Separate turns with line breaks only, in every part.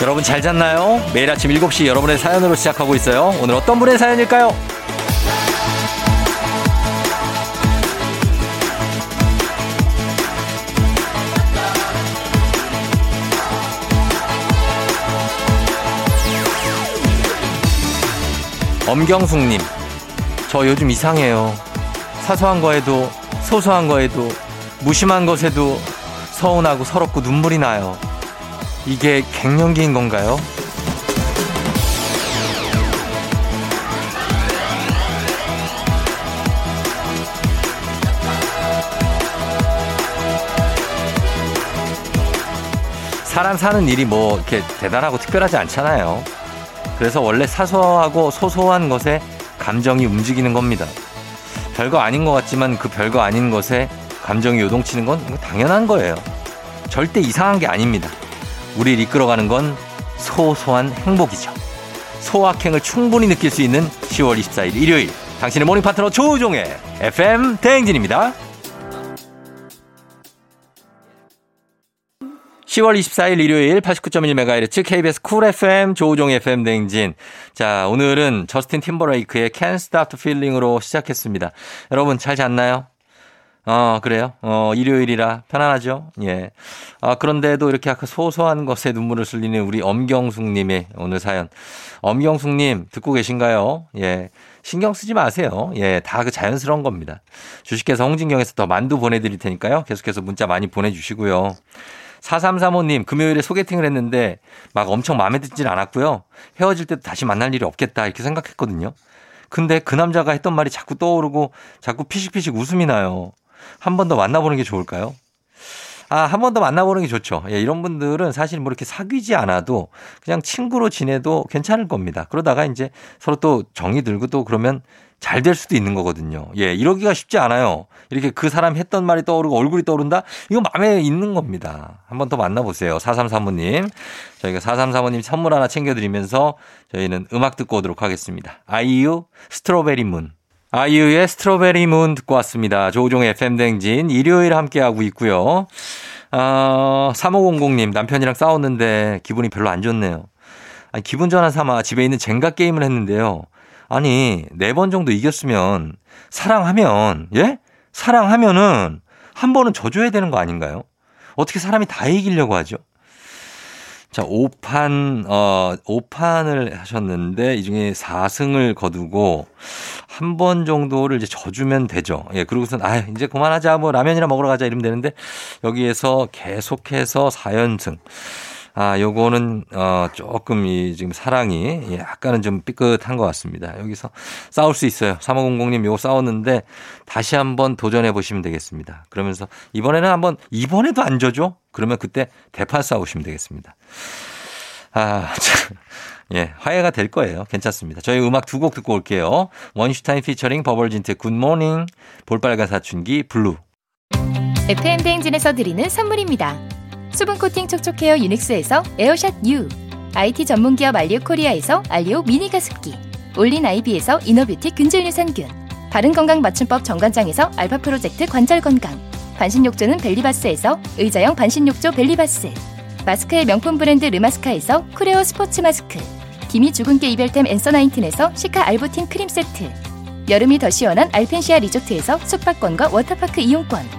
여러분 잘 잤나요? 매일 아침 7시 여러분의 사연으로 시작하고 있어요. 오늘 어떤 분의 사연일까요? 5 엄경숙님, 저 요즘 이상해요. 사소한 거에도, 소소한 거에도, 무심한 것에도 서운하고 서럽고 눈물이 나요. 이게 갱년기인 건가요? 사람 사는 일이 뭐 이렇게 대단하고 특별하지 않잖아요. 그래서 원래 사소하고 소소한 것에 감정이 움직이는 겁니다. 별거 아닌 것 같지만 그 별거 아닌 것에 감정이 요동치는 건 당연한 거예요. 절대 이상한 게 아닙니다. 우리를 이끌어가는 건 소소한 행복이죠. 소확행을 충분히 느낄 수 있는 10월 24일 일요일 당신의 모닝 파트너 조우종의 FM 대행진입니다. 10월 24일 일요일 89.1MHz KBS 쿨 FM 조우종 FM 대행진. 자, 오늘은 저스틴 팀버레이크의 Can't Stop the Feeling으로 시작했습니다. 여러분 잘 잤나요? 어, 그래요? 어, 일요일이라 편안하죠? 예. 아, 그런데도 이렇게 아까 소소한 것에 눈물을 흘리는 우리 엄경숙님의 오늘 사연. 엄경숙님, 듣고 계신가요? 예. 신경 쓰지 마세요. 예. 다 그 자연스러운 겁니다. 주식회사 홍진경에서 더 만두 보내드릴 테니까요. 계속해서 문자 많이 보내주시고요. 4335님, 금요일에 소개팅을 했는데 막 엄청 마음에 들진 않았고요. 헤어질 때도 다시 만날 일이 없겠다 이렇게 생각했거든요. 근데 그 남자가 했던 말이 자꾸 떠오르고 자꾸 피식피식 웃음이 나요. 한 번 더 만나보는 게 좋을까요? 아, 한 번 더 만나보는 게 좋죠. 예, 이런 분들은 사실 뭐 이렇게 사귀지 않아도 그냥 친구로 지내도 괜찮을 겁니다. 그러다가 이제 서로 또 정이 들고 또 그러면 잘 될 수도 있는 거거든요. 예, 이러기가 쉽지 않아요. 이렇게 그 사람 했던 말이 떠오르고 얼굴이 떠오른다? 이거 마음에 있는 겁니다. 한 번 더 만나보세요. 4335님. 저희가 4335님 선물 하나 챙겨드리면서 저희는 음악 듣고 오도록 하겠습니다. 아이유 스트로베리 문. 아이유의 스트로베리 문 듣고 왔습니다. 조우종의 FM댕진 일요일 함께하고 있고요. 아, 3500님 남편이랑 싸웠는데 기분이 별로 안 좋네요. 아니, 기분 전환 삼아 집에 있는 젠가 게임을 했는데요. 아니, 네 번 정도 이겼으면 사랑하면 예? 사랑하면은 한 번은 져줘야 되는 거 아닌가요? 어떻게 사람이 다 이기려고 하죠? 자, 5판, 어, 5판을 하셨는데, 이 중에 4승을 거두고, 한 번 정도를 이제 져주면 되죠. 예, 그러고선, 아, 이제 그만하자. 뭐, 라면이나 먹으러 가자. 이러면 되는데, 여기에서 계속해서 4연승. 아, 요거는, 어, 조금 이 지금 사랑이 예, 약간은 좀 삐끗한 것 같습니다. 여기서 싸울 수 있어요. 3500님 요거 싸웠는데 다시 한번 도전해 보시면 되겠습니다. 그러면서 이번에는 한번, 이번에도 안 져줘? 그러면 그때 대판 싸우시면 되겠습니다. 아, 참. 예, 화해가 될 거예요. 괜찮습니다. 저희 음악 두 곡 듣고 올게요. 원슈타인 피처링 버벌진트 굿모닝, 볼빨간 사춘기 블루.
FM 대행진에서 드리는 선물입니다. 수분 코팅 촉촉헤어 유닉스에서 에어샷 U, IT 전문 기업 알리오 코리아에서 알리오 미니 가습기, 올린 아이비에서 이너뷰티 균질 유산균, 바른 건강 맞춤법 정관장에서 알파 프로젝트 관절 건강, 반신욕조는 벨리바스에서 의자형 반신욕조 벨리바스, 마스크의 명품 브랜드 르마스카에서 쿠레오 스포츠 마스크, 기미 주근깨 이별템 엔서 나인틴에서 시카 알부틴 크림 세트, 여름이 더 시원한 알펜시아 리조트에서 숙박권과 워터파크 이용권.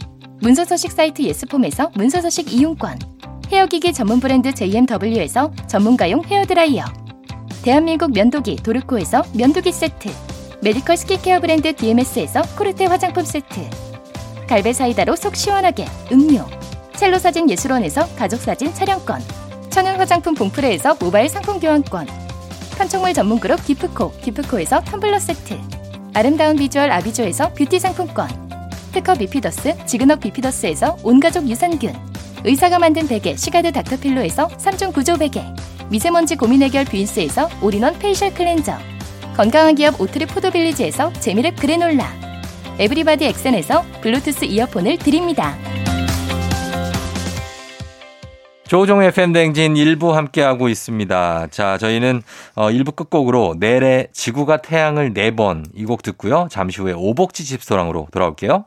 문서서식 사이트 예스폼에서 문서서식 이용권 헤어기기 전문 브랜드 JMW에서 전문가용 헤어드라이어 대한민국 면도기 도르코에서 면도기 세트 메디컬 스킨케어 브랜드 DMS에서 코르테 화장품 세트 갈베 사이다로 속 시원하게 음료 첼로 사진 예술원에서 가족 사진 촬영권 천연 화장품 봉프레에서 모바일 상품 교환권 판촉물 전문 그룹 기프코 기프코에서 텀블러 세트 아름다운 비주얼 아비조에서 뷰티 상품권 특허 비피더스, 지그넉 비피더스에서 온가족 유산균 의사가 만든 베개, 시가드 닥터필로에서 3중 구조 베개 미세먼지 고민 해결 뷰인스에서 올인원 페이셜 클렌저 건강한 기업 오트리 포도빌리지에서 재미랩 그래놀라 에브리바디 엑센에서 블루투스 이어폰을 드립니다.
조종 FM 댕진 일부 함께하고 있습니다. 자, 저희는 어, 일부 끝곡으로 내래 지구가 태양을 네 번 이 곡 듣고요. 잠시 후에 오복지 집소랑으로 돌아올게요.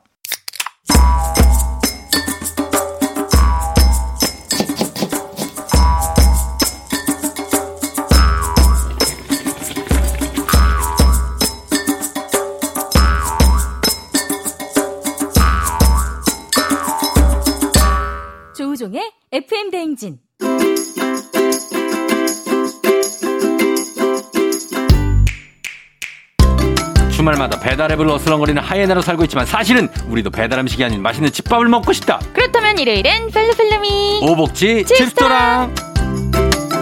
조우종의 FM 대행진.
주말마다 배달앱을 어슬렁거리는 하이에나로 살고 있지만 사실은 우리도 배달 음식이 아닌 맛있는 집밥을 먹고 싶다.
그렇다면 일요일엔 펠루펠루미.
오복지
집소랑.
집소랑.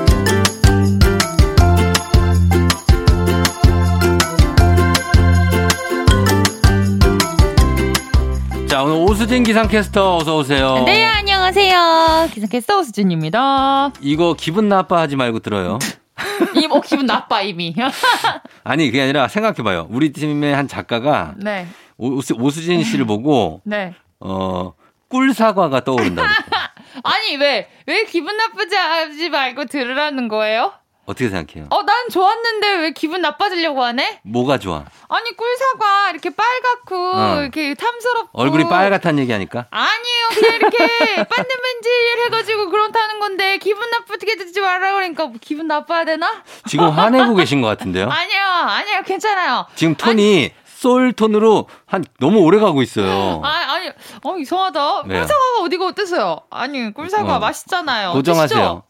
자, 오늘 오수진 기상캐스터 어서 오세요.
네, 안녕하세요. 기상캐스터 오수진입니다.
이거 기분 나빠하지 말고 들어요.
이, 어, 기분 나빠, 이미.
아니 그게 아니라 생각해봐요. 우리 팀의 한 작가가
네,
오, 수진 씨를 보고
네.
어 꿀사과가 떠오른다.
아니 왜? 왜 기분 나쁘지 하지 말고 들으라는 거예요?
어떻게 생각해요?
어, 난 좋았는데 왜 기분 나빠지려고 하네?
뭐가 좋아?
아니 꿀사과 이렇게 빨갛고
어.
이렇게 탐스럽고
얼굴이 빨갛다는 얘기하니까
아니에요 그냥 이렇게 반들반질 해가지고 그런다는 건데 기분 나쁘게 듣지 말라 그러니까 뭐 기분 나빠야 되나?
지금 화내고 계신 것 같은데요.
아니요 아니요 괜찮아요
지금 톤이 솔 톤으로 한 너무 오래 가고 있어요.
아, 아니 어 이상하다
왜요?
꿀사과가 어디가 어땠어요? 아니 꿀사과
어.
맛있잖아요 음,
고정하세요.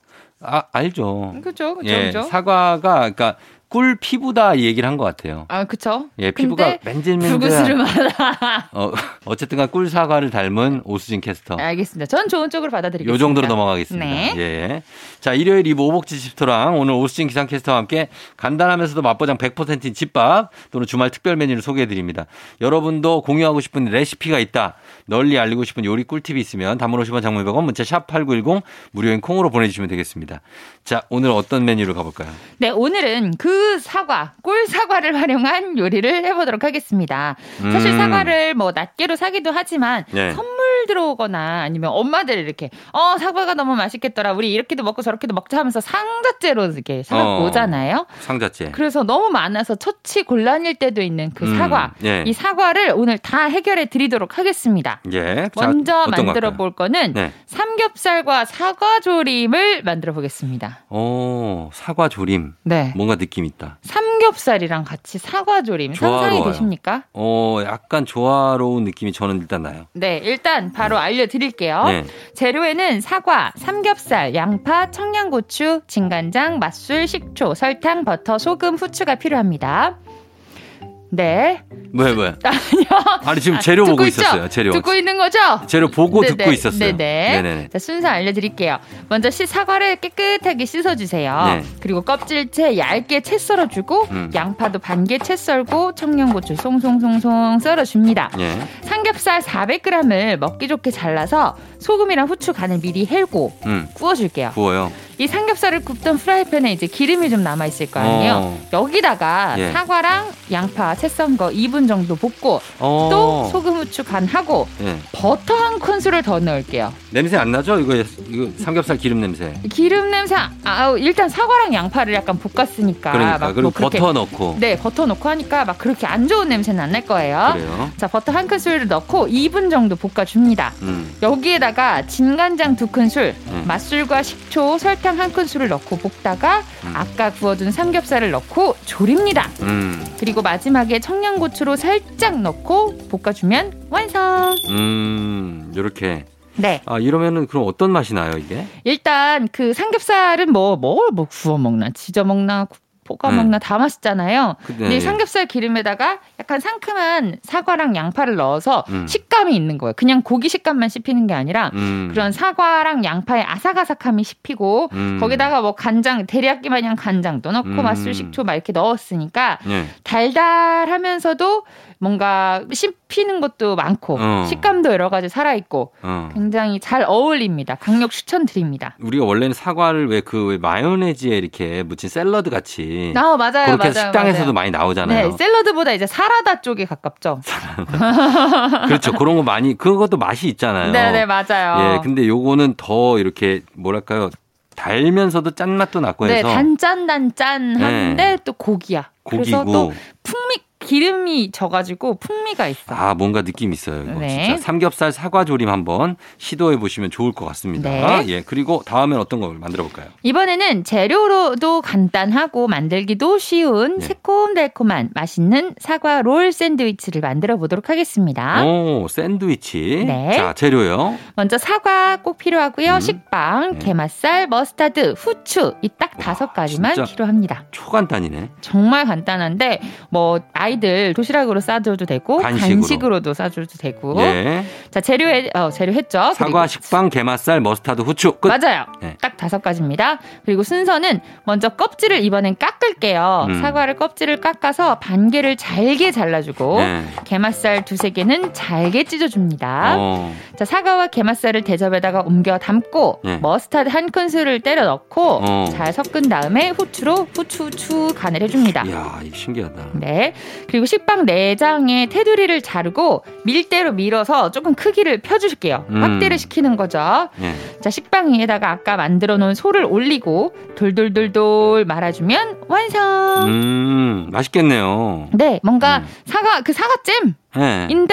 아 알죠.
네, 그죠, 그죠,
예,
그죠.
사과가 그러니까 꿀 피부다 이 얘기를 한 것 같아요.
아 그쵸
예, 피부가 맨질맨질.
부그스름하다
어 어쨌든간 꿀 사과를 닮은 오수진 캐스터.
알겠습니다. 전 좋은 쪽으로 받아들이겠습니다.
어. 요 정도로 넘어가겠습니다.
네.
예. 자, 일요일 이브 오복지 집토랑 오늘 오수진 기상캐스터와 함께 간단하면서도 맛보장 100%인 집밥 또는 주말 특별 메뉴를 소개해 드립니다. 여러분도 공유하고 싶은 레시피가 있다. 널리 알리고 싶은 요리 꿀팁이 있으면 단문 50원 장문 100원 문자 샵 8910 무료인 콩으로 보내주시면 되겠습니다. 자, 오늘 어떤 메뉴로 가볼까요?
네, 오늘은 그 사과, 꿀 사과를 활용한 요리를 해보도록 하겠습니다. 사실
음.
사과를 뭐 낱개로 사기도 하지만
네.
선물 들어오거나 아니면 엄마들 이렇게 어 사과가 너무 맛있겠더라. 우리 이렇게도 먹고 저렇게도 먹자 하면서 상자째로 이렇게 사갖고
어.
오잖아요.
상자째.
그래서 너무 많아서 처치 곤란일 때도 있는 그
음,
사과.
예.
이 사과를 오늘 다 해결해 드리도록 하겠습니다.
예. 자,
먼저
어떤 거
만들어
할까요?
볼 거는
네.
삼겹살과 사과 조림을 만들어 보겠습니다.
오, 사과 조림.
네.
뭔가 느낌 있다.
삼겹살이랑 같이 사과 조림 상상이
조화로워요.
되십니까?
어, 약간 조화로운 느낌이 저는 일단 나요.
네, 일단 바로 알려드릴게요.
네.
재료에는 사과, 삼겹살, 양파, 청양고추, 진간장, 맛술, 식초, 설탕, 버터, 소금, 후추가 필요합니다. 네.
왜 왜?
아니요.
아니 지금 재료
아, 듣고
보고
있죠?
있었어요. 재료.
듣고 있는 거죠?
재료 보고
네네,
듣고 있었어요.
네네.
네네.
자, 순서 알려드릴게요. 먼저 씨 사과를 깨끗하게 씻어주세요.
네.
그리고 껍질채 얇게 채 썰어주고
음.
양파도 반개 채 썰고 청양고추 송송송송 썰어줍니다.
예.
삼겹살 400g을 먹기 좋게 잘라서 소금이랑 후추 간을 미리 헬고
음.
구워줄게요.
구워요.
이 삼겹살을 굽던 프라이팬에 이제 기름이 좀 남아 있을 거 아니에요.
어.
여기다가
예.
사과랑 양파 채 썬 거 2분 정도 볶고
어.
또 소금 후추 간 하고
예.
버터 한 큰술을 더 넣을게요.
냄새 안 나죠? 이거 이거 삼겹살 기름 냄새.
기름 냄새 아 일단 사과랑 양파를 약간 볶았으니까
그러니까
막
그리고
뭐 그렇게-
버터 넣고
네 버터 넣고 하니까 막 그렇게 안 좋은 냄새는 안 날 거예요.
그래요.
자 버터 한 큰술 넣고 2분 정도 볶아줍니다.
음.
여기에다가 진간장 두 큰술,
음.
맛술과 식초, 설탕 한 큰술을 넣고 볶다가
음.
아까 구워둔 삼겹살을 넣고 졸입니다.
음.
그리고 마지막에 청양고추로 살짝 넣고 볶아주면 완성.
음. 요렇게.
네.
아, 이러면은 그럼 어떤 맛이 나요, 이게?
일단 그 삼겹살은 뭐, 뭐, 뭐 구워 먹나, 지져 먹나, 구- 볶아
네.
먹나 다 맛있잖아요.
근데
근데 이 네, 삼겹살 기름에다가 약간 상큼한 사과랑 양파를 넣어서
음.
식감이 있는 거예요. 그냥 고기 식감만 씹히는 게 아니라
음.
그런 사과랑 양파의 아삭아삭함이 씹히고
음.
거기다가 뭐 간장, 데리야끼 마냥 간장도 넣고
음.
맛술, 식초 막 이렇게 넣었으니까
예.
달달하면서도 뭔가 씹- 씹히는 것도 많고
어.
식감도 여러 가지 살아 있고
어.
굉장히 잘 어울립니다. 강력 추천드립니다.
우리가 원래는 사과를 왜 그 왜 마요네즈에 이렇게 묻힌 샐러드 같이
아 맞아요,
네. 그렇게
맞아요.
해서 식당에서도
맞아요.
많이 나오잖아요.
네, 샐러드보다 이제 사라다 쪽에 가깝죠.
그렇죠. 그런 거 많이 그것도 맛이 있잖아요.
네, 네, 맞아요.
예, 근데 요거는 더 이렇게 뭐랄까요 달면서도 짠맛도 나고
네,
해서
단짠단짠한데
네.
또 고기야. 그래서 또
고기고
풍미 기름이 져가지고 풍미가 있어.
아 뭔가 느낌 있어요. 이거
네.
진짜 삼겹살 사과 조림 한번 시도해 보시면 좋을 것 같습니다.
네.
예, 그리고 다음엔 어떤 걸 만들어 볼까요?
이번에는 재료로도 간단하고 만들기도 쉬운
네.
새콤달콤한 맛있는 사과 롤 샌드위치를 만들어 보도록 하겠습니다.
오 샌드위치.
아. 네.
자 재료요.
먼저 사과 꼭 필요하고요.
음.
식빵,
네.
게맛살, 머스타드, 후추 이 딱
와,
다섯 가지만
진짜.
필요합니다.
초간단이네.
정말 간단한데 뭐 아이들 도시락으로 싸줘도 되고
간식으로.
간식으로. 도 싸줘도 되고
예.
자 재료 해- 어, 재료 했죠.
사과,
뭐? 그리고
식빵, 게맛살, 머스타드, 후추. 끝.
맞아요.
네.
딱 다섯 가지입니다. 그리고 순서는 먼저 껍질을 이번엔 깎을게요.
음.
사과를 껍질을 깎아서 반 개를 잘게 잘라주고
네.
게맛살 두세 개는 잘게 찢어줍니다.
어,
자 사과와 게맛살을 대접에다가 옮겨 담고
네.
머스타드 한 큰술을 때려 넣고
어.
잘 섞은 다음에 후추로 후추추 간을 해줍니다.
이야, 이거 신기하다.
네. 그리고 식빵 내장에 테두리를 자르고 밀대로 밀어서 조금 크기를 펴주실게요.
음.
확대를 시키는 거죠.
예.
자, 식빵 위에다가 아까 만들어 놓은 소를 올리고 돌돌돌돌 말아주면 완성!
음, 맛있겠네요.
네, 뭔가
음.
사과, 그 사과찜인데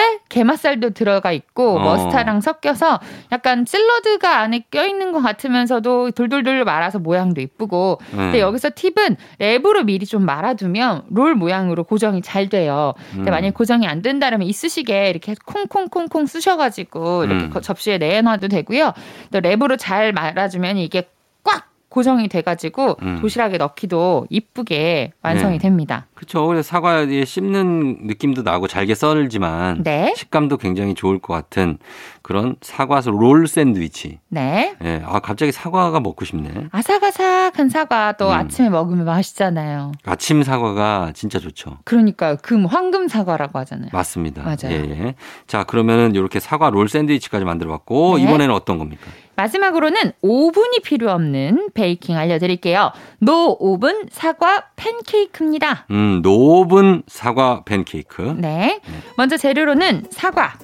예.
게맛살도 들어가 있고
어.
머스타랑 섞여서 약간 샐러드가 안에 껴있는 것 같으면서도 돌돌돌 말아서 모양도 이쁘고 근데
예.
여기서 팁은 랩으로 미리 좀 말아두면 롤 모양으로 고정이 잘 돼요. 근데
음.
만약에 고정이 안 된다면 이쑤시개 이렇게 콩콩콩콩 쑤셔가지고 이렇게
음.
거- 접시에 내놔도 되고요. 또 랩으로 잘 말아주면 이게 꽉 고정이 돼가지고
음.
도시락에 넣기도 이쁘게
네.
완성이 됩니다.
그렇죠. 그래서 사과에 씹는 느낌도 나고 잘게 썰지만
네,
식감도 굉장히 좋을 것 같은 그런 사과 롤 샌드위치.
네.
예. 아 갑자기 사과가 먹고 싶네.
아삭아삭한 사과 또
음.
아침에 먹으면 맛있잖아요.
아침 사과가 진짜 좋죠.
그러니까요. 금 황금 사과라고 하잖아요.
맞습니다.
네. 맞아요.
예, 예. 자, 그러면은 이렇게 사과 롤 샌드위치까지 만들어 봤고
네.
이번에는 어떤 겁니까?
마지막으로는 오븐이 필요 없는 베이킹 알려드릴게요. 노 오븐 사과 팬케이크입니다.
음, 노분 사과 팬케이크.
네. 먼저 재료로는 사과,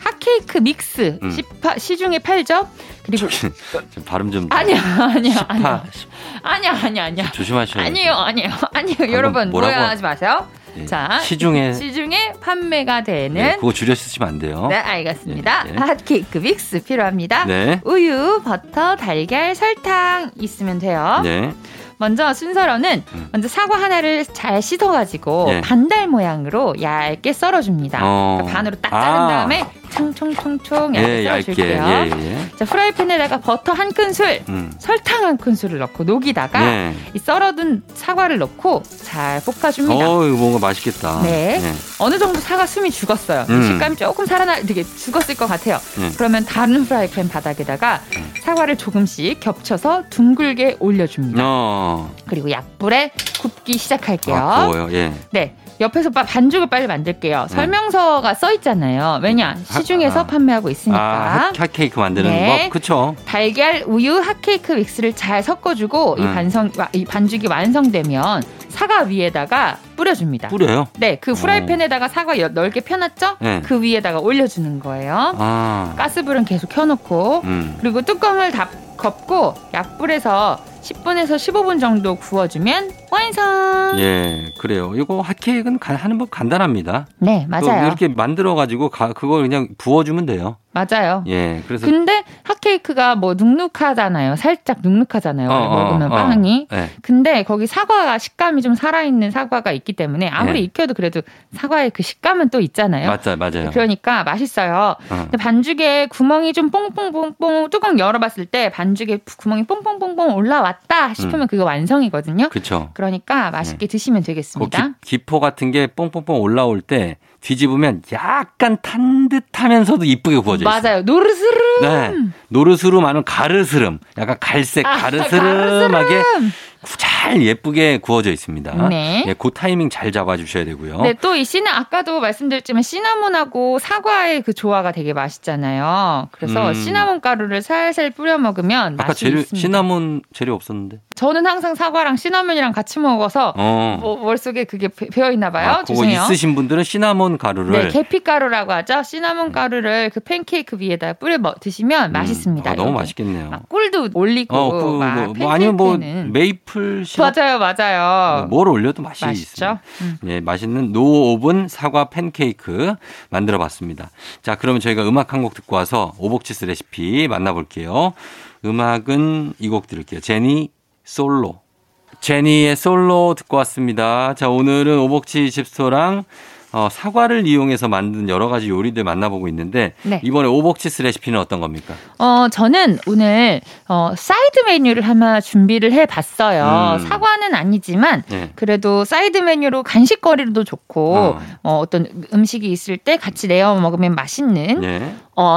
핫케이크 믹스
음.
시파, 시중에 팔죠. 그리고
저기, 좀 발음 좀
아니요, 아니요, 아니요,
파,
아니요, 아니요, 아니요.
조심하셔야
아니요, 아니요, 아니요. 여러분
뭐라고
오해하지 마세요.
예.
자,
시중에
시중에 판매가 되는
예,
네,
그거 줄여 쓰시면 안 돼요.
알겠습니다.
예, 예.
핫케이크 믹스 필요합니다.
네.
우유, 버터, 달걀, 설탕 있으면 돼요.
네.
먼저 순서로는
음.
먼저 사과 하나를 잘 씻어가지고
네.
반달 모양으로 얇게 썰어줍니다.
어.
그러니까 반으로 딱 자른
아.
다음에 총총총총 얇게
예, 얇게.
썰어줄게요.
예, 예.
자 프라이팬에다가 버터 한 큰술,
음.
설탕 한 큰술을 넣고 녹이다가
예.
이 썰어둔 사과를 넣고 잘 볶아줍니다.
어, 이거 뭔가 맛있겠다.
음. 네.
예.
어느 정도 사과 숨이 죽었어요.
음.
식감이 조금 살아나 되게 죽었을 것 같아요.
네.
그러면 다른 프라이팬 바닥에다가
음.
사과를 조금씩 겹쳐서 둥글게 올려줍니다.
어,
그리고 약불에 굽기 시작할게요.
아, 구워요. 예.
네. 옆에서 빠- 반죽을 빨리 만들게요. 설명서가 써 있잖아요. 왜냐? 시중에서
아.
판매하고 있으니까.
아, 핫, 핫케이크 만드는
그러니까. 네.
법. 그쵸?
달걀, 우유, 핫케이크 믹스를 잘 섞어주고 이
음.
반성 와, 이 반죽이 완성되면 사과 위에다가 뿌려줍니다.
뿌려요.
네, 그 후라이팬에다가 사과 여- 넓게 펴놨죠?
네.
그 위에다가 올려주는 거예요.
아.
가스불은 계속 켜놓고
음.
그리고 뚜껑을 다 덮고 약불에서 10분에서 15분 정도 구워주면 완성.
예, 그래요. 이거 핫케이크는 간- 하는 법 간단합니다.
네,
또
맞아요.
이렇게 만들어가지고 가- 그걸 그냥 부어주면 돼요.
맞아요.
예, 그래서.
근데 핫케이크가 뭐 눅눅하잖아요. 살짝 눅눅하잖아요.
어, 어,
먹으면
어.
빵이.
예.
근데 거기 사과가 식감이 좀 살아있는 사과가 있기 때문에 아무리
네.
익혀도 그래도 사과의 그 식감은 또 있잖아요.
맞아, 맞아요.
그러니까 맛있어요.
어.
근데 반죽에 구멍이 좀 뽕뽕뽕뽕 뚜껑 열어봤을 때 반죽에 구멍이 뽕뽕뽕뽕 올라왔다 싶으면
음.
그거 완성이거든요.
그쵸. 네.
그러니까 맛있게 드시면
그
되겠습니다.
기, 포 같은 게 뽕뽕뽕 올라올 때 뒤집으면 약간 탄 듯하면서도 이쁘게 구워져 있어요.
맞아요. 노르스름.
네. 노르스름하는 가르스름. 약간 갈색
음. 아,
가르스름하게 잘 예쁘게 구워져 있습니다.
네.
예, 그 타이밍 잘 잡아주셔야 되고요.
네, 또 이 씨는 아까도 말씀드렸지만 시나몬하고 사과의 그 조화가 되게 맛있잖아요. 그래서
음.
시나몬 가루를 살살 뿌려 먹으면
아까
맛이
재료
있습니다.
시나몬 재료 없었는데.
저는 항상 사과랑 시나몬이랑 같이 먹어서
어.
뭐, 머릿속에 그게 배- 배어 있나 봐요.
아, 그거
죄송해요.
있으신 분들은 시나몬 가루를 음.
네, 계피 가루라고 하죠. 시나몬 가루를 그 팬케이크 위에다 뿌려 먹- 드시면
음,
맛있습니다.
아, 너무
이렇게.
맛있겠네요.
막 꿀도 올리고
어, 그,
막
뭐, 뭐
팬케이크는
아니면 뭐 메이플 시럽
맞아요, 맞아요.
뭘 올려도 맛이
맛있죠.
있습니다. 예, 맛있는 노오븐 사과 팬케이크 만들어 봤습니다. 자, 그러면 저희가 음악 한 곡 듣고 와서 오복치스 레시피 만나볼게요. 음악은 이 곡 들을게요. 제니 솔로. 제니의 솔로 듣고 왔습니다. 자, 오늘은 오복치 집소랑 어, 사과를 이용해서 만든 여러 가지 요리들 만나보고 있는데
네.
이번에 오복치스 레시피는 어떤 겁니까?
어, 저는 오늘 어, 사이드 메뉴를 하나 준비를 해 봤어요.
음.
사과는 아니지만
네.
그래도 사이드 메뉴로 간식거리도 좋고
어.
어. 어떤 음식이 있을 때 같이 내어 먹으면 맛있는
예.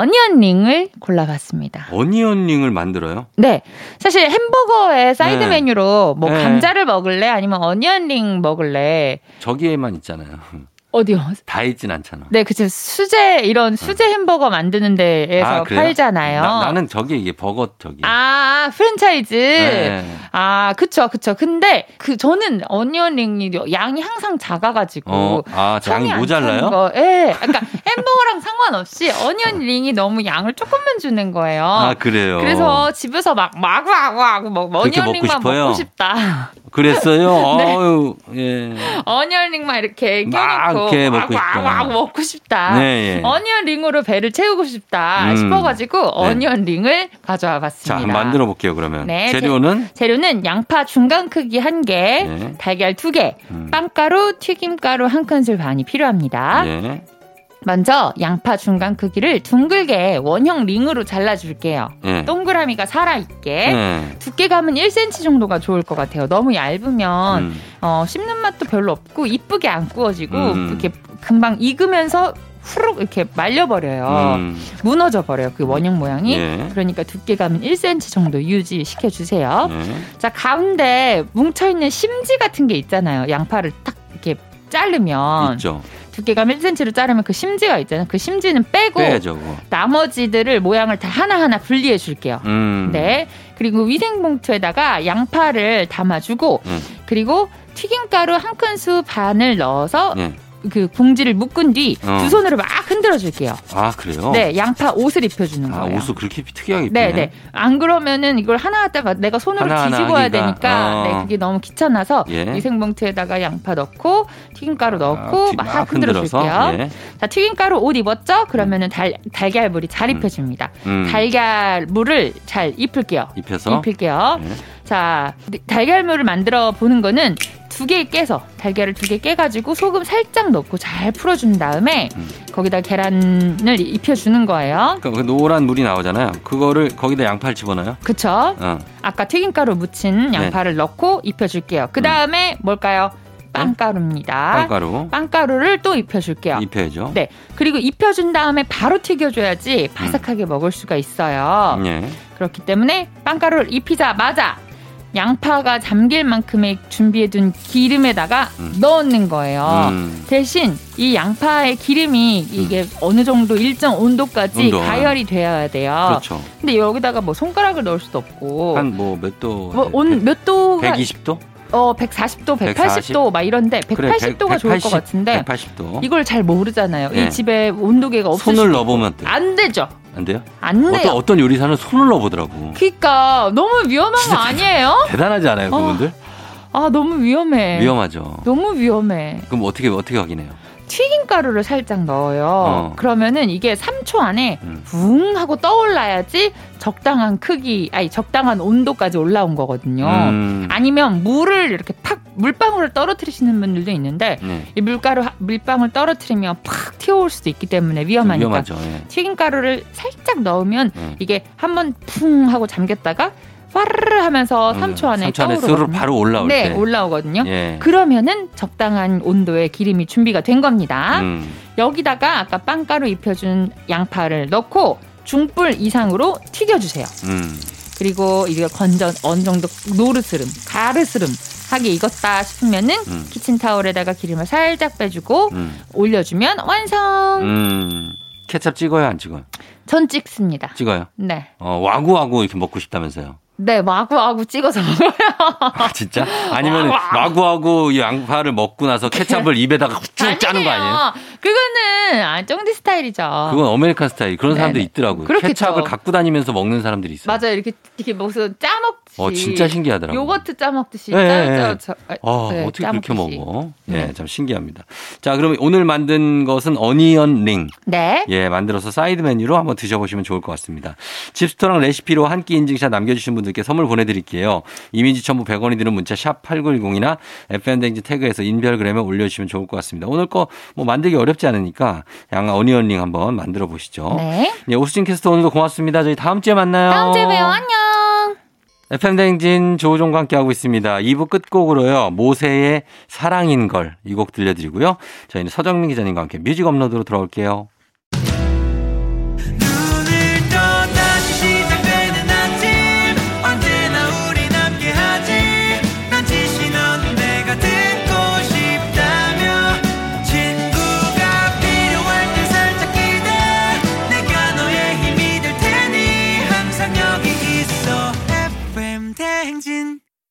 어니언링을 골라봤습니다.
어니언링을 만들어요.
네, 사실 햄버거의 사이드
네.
메뉴로 뭐
네.
감자를 먹을래 아니면 어니언링 먹을래
저기에만 있잖아요.
어디요?
다 있진 않잖아.
네, 그치 수제 이런 수제 햄버거 만드는 데에서
아, 그래요?
팔잖아요.
나, 는 저기 이게 버거 저기.
아 아, 프랜차이즈.
네.
아, 그쵸, 그쵸. 근데 그 저는 어니언링이 양이 항상 작아가지고
어, 아,
손이
장이
안 차는
모자라요?
거. 예. 그러니까 햄버거랑 상관없이 어니언링이 너무 양을 조금만 주는 거예요.
아, 그래요.
그래서 집에서 막 마구마구하고 뭐
그렇게 먹고
어니언링만 먹고,
싶어요?
싶다.
그랬어요.
네.
아유, 예.
어니언링만 이렇게
막
껴놓고
이렇게 먹고 싶다.
마구마구 먹고 싶다.
네, 예.
어니언링으로 배를 채우고 싶다
음.
싶어가지고 어니언링을 가져와
자,
봤습니다.
한번 만들어 볼게요, 그러면.
네,
재료는
재료는 양파 중간 크기 한 개,
네.
달걀 두 개,
음,
빵가루, 튀김가루 한 큰술 반이 필요합니다.
예.
먼저 양파 중간 크기를 둥글게 원형 링으로 잘라줄게요.
예.
동그라미가 살아있게.
예.
두께감은 1cm 정도가 좋을 것 같아요. 너무 얇으면
음,
어, 씹는 맛도 별로 없고 이쁘게 안 구워지고
음.
이렇게 금방 익으면서 후룩 이렇게 말려버려요.
음,
무너져 버려요. 그 원형 모양이.
예.
그러니까 두께감은 1cm 정도 유지시켜 주세요.
예.
자 가운데 뭉쳐 있는 심지 같은 게 있잖아요. 양파를 딱 이렇게 자르면
있죠.
두께감 1cm로 자르면 그 심지가 있잖아요. 그 심지는 빼고
빼야죠, 그거.
나머지들을 모양을 다 하나하나 분리해 줄게요.
음.
네. 그리고 위생봉투에다가 양파를 담아주고
음.
그리고 튀김가루 한 큰술 반을 넣어서
예.
그 봉지를 묶은 뒤 두
어.
손으로 막 흔들어 줄게요.
아, 그래요?
네, 양파 옷을 입혀주는
아,
거예요.
옷을 그렇게 특이하게 입네.
네, 네. 안 그러면은 이걸 하나 갖다가 내가 손으로
하나하나
뒤집어 야
하기가,
되니까
어.
네, 그게 너무 귀찮아서
예.
위생봉투에다가 양파 넣고 튀김가루 넣고
아,
어, 막, 흔들어
흔들어서.
줄게요.
예.
자, 튀김가루 옷 입었죠? 그러면은 달, 달걀물이 잘 입혀 줍니다.
음,
달걀물을 잘 입힐게요.
입혀서.
입힐게요.
예.
자, 달걀물을 만들어 보는 거는 두 개 깨서 달걀을 두 개 깨가지고 소금 살짝 넣고 잘 풀어준 다음에
음.
거기다 계란을 입혀주는 거예요.
그러니까 그 노란 물이 나오잖아요. 그거를 거기다 양파를 집어넣어요.
그쵸?
어.
아까 튀김가루 묻힌 양파를 넣고 입혀줄게요. 그 네. 다음에 뭘까요? 빵가루입니다.
빵가루
빵가루를 또 입혀줄게요.
입혀야죠.
아, 네. 그리고 입혀준 다음에 바로 튀겨줘야지 바삭하게 먹을 수가 있어요.
예.
그렇기 때문에 빵가루를 입히자마자 양파가 잠길 만큼의 준비해둔 기름에다가
음.
넣는 거예요.
음.
대신 이 양파의 기름이 이게 어느 정도 일정 음. 온도까지
온도.
가열이 되어야 돼요.
그렇죠.
근데 여기다가 뭐 손가락을 넣을 수도 없고
한 뭐 몇 도?
뭐 온 몇 도가
120도?
어 140도, 180도
140?
막 이런데 180도가 좋을 것 같은데
180도.
이걸 잘 모르잖아요.
뭐? 네.
이 집에 온도계가 없으
손을 넣어보면 안 돼.
안 되죠.
안 돼요?
안 돼요.
어떤 어떤 요리사는 손을 넣어보더라고.
그러니까 너무 위험한 거
진짜
아니에요?
대단하지 않아요,
어,
그분들?
아 너무 위험해.
위험하죠.
너무 위험해.
그럼 어떻게 어떻게 확인해요?
튀김가루를 살짝 넣어요.
어.
그러면은 이게 3초 안에
음.
붕 하고 떠올라야지 적당한 크기, 아니 적당한 온도까지 올라온 거거든요.
음.
아니면 물을 이렇게 팍 물방울을 떨어뜨리시는 분들도 있는데
네.
이 물가루 하- 물방울 떨어뜨리면 팍 튀어올 수도 있기 때문에 위험하니까
위험하죠. 예.
튀김가루를 살짝 넣으면
예.
이게 한번 쿵 하고 잠겼다가 파르르 하면서 3초
음,
안에
삼초 안에
떠오르거든요.
스르르 바로 올라올
네,
때.
올라오거든요.
예.
그러면은 적당한 온도의 기름이 준비가 된 겁니다.
음.
여기다가 아까 빵가루 입혀준 양파를 넣고 중불 이상으로 튀겨주세요.
음.
그리고 이게 건전 어느 정도 노르스름, 가르스름 하게 익었다 싶으면은
음.
키친타올에다가 기름을 살짝 빼주고
음.
올려주면 완성.
음. 케찹 찍어요, 안 찍어요?
전 찍습니다.
찍어요.
네,
어, 와구와구 이렇게 먹고 싶다면서요.
네 마구마구 찍어서 먹어요.
아, 진짜? 아니면 와구와구 이 양파를 먹고 나서 케찹을 입에다가 쭉 짜는 거 아니에요?
그거는 아, 쫑디 스타일이죠.
그건 아메리칸 스타일. 그런 사람도
네네.
있더라고요.
그렇겠죠.
케찹을 갖고 다니면서 먹는 사람들이 있어요.
맞아요. 이렇게 이렇게 무슨 짜 먹듯이.
어, 진짜 신기하더라고요.
요거트 짜 먹듯이.
예, 예, 예.
짜, 짜,
어,
네,
어떻게
짜
그렇게
먹듯이.
먹어? 예, 참 신기합니다. 자, 그럼 오늘 만든 것은 어니언 링.
네.
예, 만들어서 사이드 메뉴로 한번 드셔보시면 좋을 것 같습니다. 집스토랑 레시피로 한 끼 인증샷 남겨주신 분들께 선물 보내드릴게요. 이미지 첨부 100원이 드는 문자 샵 8910이나 FM댕지 태그에서 인별그램에 올려주시면 좋을 것 같습니다. 오늘 거 뭐 만들기 어렵지 않으니까 양 어니언링 한번 만들어 보시죠.
네.
예, 오수진 캐스터 오늘도 고맙습니다. 저희 다음 주에 만나요.
다음 주에 봬요. 안녕.
FM댕진 조우종과 함께하고 있습니다. 2부 끝곡으로요. 모세의 사랑인 걸 이 곡 들려드리고요. 저희는 서정민 기자님과 함께 뮤직 업로드로 돌아올게요.
눈을 떠 다시 시작되는 아침 언제나 우리 함께하지 난 지시 넌 내가 듣고 싶다며 친구가 필요할 때 살짝 기대 내가 너의 힘이 될 테니 항상 여기 있어 FM 대행진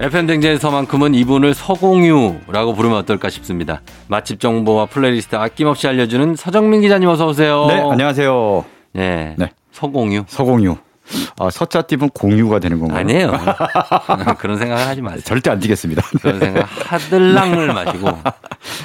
FM 댕제에서만큼은 이분을 서공유라고 부르면 어떨까 싶습니다. 맛집 정보와 플레이리스트 아낌없이 알려주는 서정민 기자님 어서 오세요.
네, 안녕하세요.
예.
네.
서공유.
서공유. 아, 서자 띠면 공유가 되는 건가요?
아니에요. 그런 생각을 하지 마세요.
절대 안 뛰겠습니다.
그런 생각 하들랑을 마시고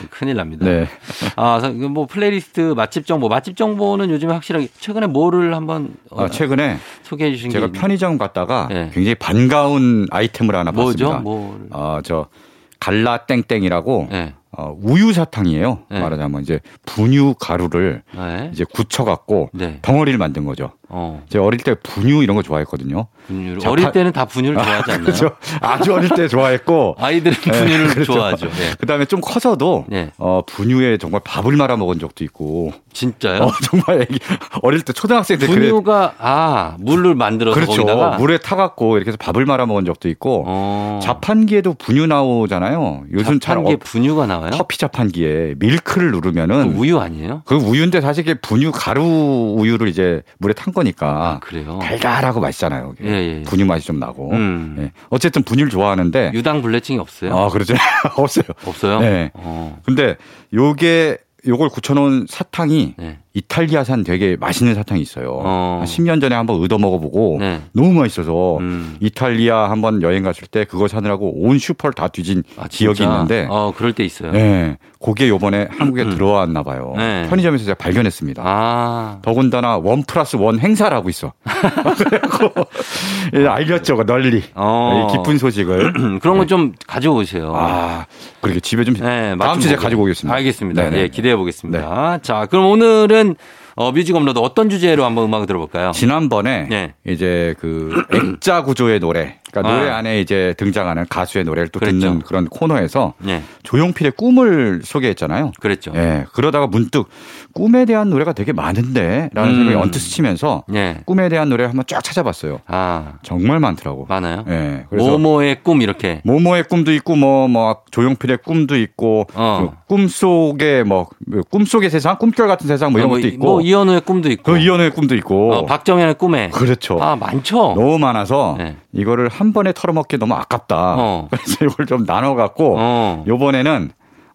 큰일 납니다.
네.
아, 그래서 이거 뭐 플레이리스트 맛집 정보, 맛집 정보는 요즘에 확실하게 최근에 뭐를 한번
아,
어,
최근에
소개해 주신 게
제가 편의점 갔다가
네.
굉장히 반가운 아이템을 하나
뭐죠?
봤습니다.
뭐
아, 저 갈라 땡땡이라고
네.
어, 우유 사탕이에요.
네.
말하자면 뭐 이제 분유 가루를
네.
이제 굳혀 갖고
네.
덩어리를 만든 거죠.
어.
제가 어릴 때 분유 이런 거 좋아했거든요.
분유.
자,
어릴
파-
때는 다 분유를 좋아하지 않나요?
그렇죠. 아주 어릴 때 좋아했고
네. 아이들은
네,
분유를
그렇죠.
좋아하죠. 예.
그다음에 좀 커서도
예.
어, 분유에 정말 밥을 말아 먹은 적도 있고
진짜요?
어, 정말 애기, 어릴 때 초등학생 때 그래,
분유가 아, 물을 만들어서
그렇죠.
거기다가
물에 타갖고 이렇게 해서 밥을 말아 먹은 적도 있고
어.
자판기에도 분유 나오잖아요. 요즘 잘 어,
자판기에
없-
분유가 나와요?
커피 자판기에 밀크를
그
누르면은
우유 아니에요?
그 우유인데 사실 이게 분유 가루 우유를 이제 물에 탄
아,
거니까
그래요.
달달하고 맛있잖아요. 이게.
예, 예, 예.
분유 맛이 좀 나고.
음.
예. 어쨌든 분유를 좋아하는데
유당 불내증이 없어요?
아 그렇죠 없어요.
없어요?
네.
어.
근데 요게 요걸 굳혀놓은 사탕이
네.
이탈리아산 되게 맛있는 사탕이 있어요.
어.
한 10년 전에 한번 얻어 먹어보고
네.
너무 맛있어서
음.
이탈리아 한번 여행 갔을 때 그거 사느라고 온 슈퍼를 다 뒤진
아,
기억이
진짜?
있는데
어, 그럴 때 있어요.
네, 그게 요번에 한국에 들어왔나 봐요.
네.
편의점에서 제가 발견했습니다.
아.
더군다나 원 플러스 원 행사를 하고 있어. 그래갖고 예, 알렸죠 널리
어. 음,
이 기쁜 소식을.
그런 거 좀 가져오세요.
아 그렇게 집에 좀
네, 맛
다음
좀
주제
보고.
가지고 오겠습니다.
알겠습니다.
네네. 네.
예, 기대해 보겠습니다. 자, 그럼 오늘은 어, 뮤직 업로드 어떤 주제로 한번 음악을 들어볼까요?
지난번에
네.
이제 그 액자 구조의 노래, 그러니까
아.
노래 안에 이제 등장하는 가수의 노래를 또
그랬죠.
듣는 그런 코너에서
예,
조용필의 꿈을 소개했잖아요.
그랬죠.
예. 그러다가 문득 꿈에 대한 노래가 되게 많은데라는
음.
생각이 언뜻 스치면서
예.
꿈에 대한 노래를 한번 쫙 찾아봤어요.
아,
정말 많더라고.
많아요.
예. 그래서
모모의 꿈 이렇게.
모모의 꿈도 있고 뭐뭐 조용필의 꿈도 있고 그
어.
꿈 속의 뭐 꿈 속의 세상, 꿈결 같은 세상 뭐 이런
뭐,
것도
이-
있고
뭐 이현우의 꿈도 있고.
그 이현우의 꿈도 있고
어, 박정현의 꿈에.
그렇죠.
아, 많죠.
너무 많아서
네.
이거를 한 번에 털어먹기 너무 아깝다.
어.
그래서 이걸 좀 나눠갖고
어.
요번에는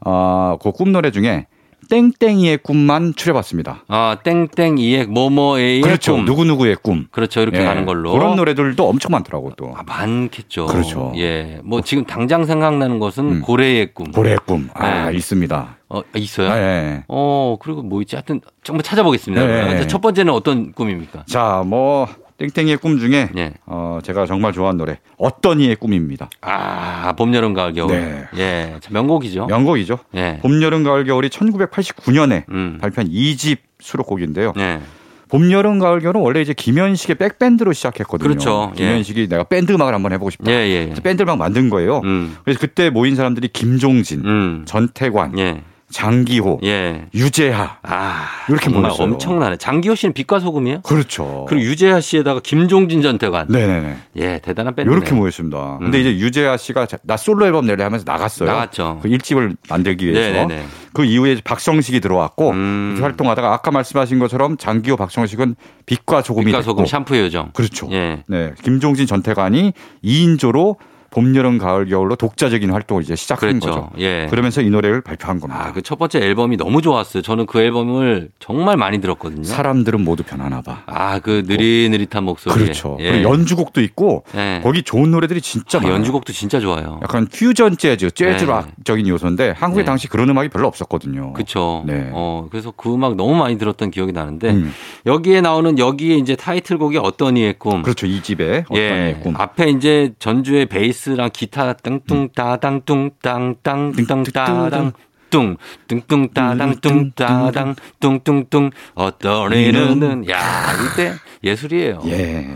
어, 그꿈 노래 중에 땡땡이의 꿈만 추려봤습니다.
아, 땡땡이의 모모의
그렇죠.
꿈.
누구누구의 꿈.
그렇죠. 이렇게
예.
가는 걸로.
그런 노래들도 엄청 많더라고 또.
아, 많겠죠.
그렇죠.
예. 뭐 지금 당장 생각나는 것은
음.
고래의 꿈.
고래의 꿈. 아,
네.
있습니다.
어, 있어요?
아, 예.
어, 그리고 뭐 있지? 하여튼 정말 찾아보겠습니다.
네.
첫 번째는 어떤 꿈입니까?
자, 뭐 땡땡이의 꿈 중에
예.
어, 제가 정말 좋아하는 노래 어떤 이의 꿈입니다.
아, 봄, 여름, 가을, 겨울.
네.
예. 참 명곡이죠.
명곡이죠.
예.
봄, 여름, 가을, 겨울이 1989년에
음.
발표한 2집 수록곡인데요.
예.
봄, 여름, 가을, 겨울은 원래 이제 김현식의 백밴드로 시작했거든요.
그렇죠. 예.
김현식이 내가 밴드 음악을 한번 해보고 싶다.
예, 예.
그래서
예.
밴드 음악 만든 거예요.
음.
그래서 그때 모인 사람들이 김종진,
음.
전태관,
예.
장기호,
예.
유재하
아.
이렇게
정말
모였어요.
엄청나네. 장기호 씨는 빛과 소금이에요?
그렇죠.
그리고 유재하 씨에다가 김종진 전태관.
네네네.
예, 대단한 밴드.
이렇게 모였습니다. 근데
음.
이제 유재하 씨가 자- 나 솔로 앨범 내려 하면서 나갔어요.
나갔죠.
그 1집을 만들기 위해서.
네네네.
그 이후에 이제 박성식이 들어왔고
음.
이렇게 활동하다가 아까 말씀하신 것처럼 장기호 박성식은 빛과 조금이
빛과
됐고.
소금 샴푸의 요정.
그렇죠.
예.
네. 김종진 전태관이 2인조로 봄, 여름, 가을, 겨울로 독자적인 활동을 이제 시작한
그랬죠.
거죠.
예.
그러면서 이 노래를 발표한 겁니다.
아, 그 첫 번째 앨범이 너무 좋았어요. 저는 그 앨범을 정말 많이 들었거든요.
사람들은 모두 변하나 봐.
아, 그 느릿느릿한 목소리.
그렇죠. 그리고 연주곡도 있고
예.
거기 좋은 노래들이 진짜
아,
많아요.
연주곡도 진짜 좋아요.
약간 퓨전 재즈, 재즈
네.
락적인 요소인데 한국에
네.
당시 그런 음악이 별로 없었거든요.
그렇죠.
네.
어, 그래서 그 음악 너무 많이 들었던 기억이 나는데
음,
여기에 나오는 여기에 이제 타이틀곡이 어떤 이의 꿈.
그렇죠. 이 집에 어떤
예.
이의 꿈.
앞에 이제 전주의 베이스랑 기타 땅뚱 따당 음. 뚱땅 땅땅 따당 뚱 뚱뚱 따당 뚱 따당 뚱뚱뚱 어떤 이는 야, 이때 예술이에요.
예.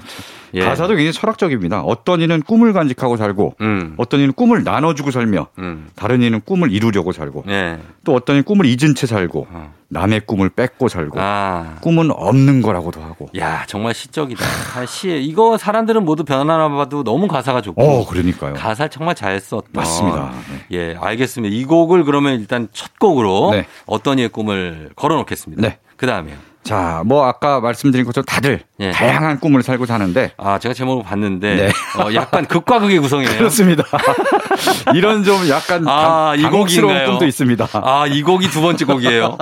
예.
가사도 굉장히 철학적입니다. 어떤 이는 꿈을 간직하고 살고
음.
어떤 이는 꿈을 나눠주고 살며
음.
다른 이는 꿈을 이루려고 살고
예.
또 어떤 이는 꿈을 잊은 채 살고
어.
남의 꿈을 뺏고 살고
아.
꿈은 없는 거라고도 하고
야, 정말 시적이다. 아, 시에 이거 사람들은 모두 변하나 봐도 너무 가사가 좋고
어 그러니까요.
가사를 정말 잘 썼던.
맞습니다. 네.
예, 알겠습니다. 이 곡을 그러면 일단 첫 곡으로
네.
어떤 이의 꿈을 걸어 놓겠습니다.
네.
그 다음에요.
자, 뭐 아까 말씀드린 것처럼 다들
예.
다양한 꿈을 살고 사는데
아, 제가 제목을 봤는데
네.
어, 약간 극과 극의 구성이네요.
그렇습니다. 이런 좀 약간
아,
아,
이
당혹스러운
곡인가요?
꿈도 있습니다.
아, 이 곡이 두 번째 곡이에요.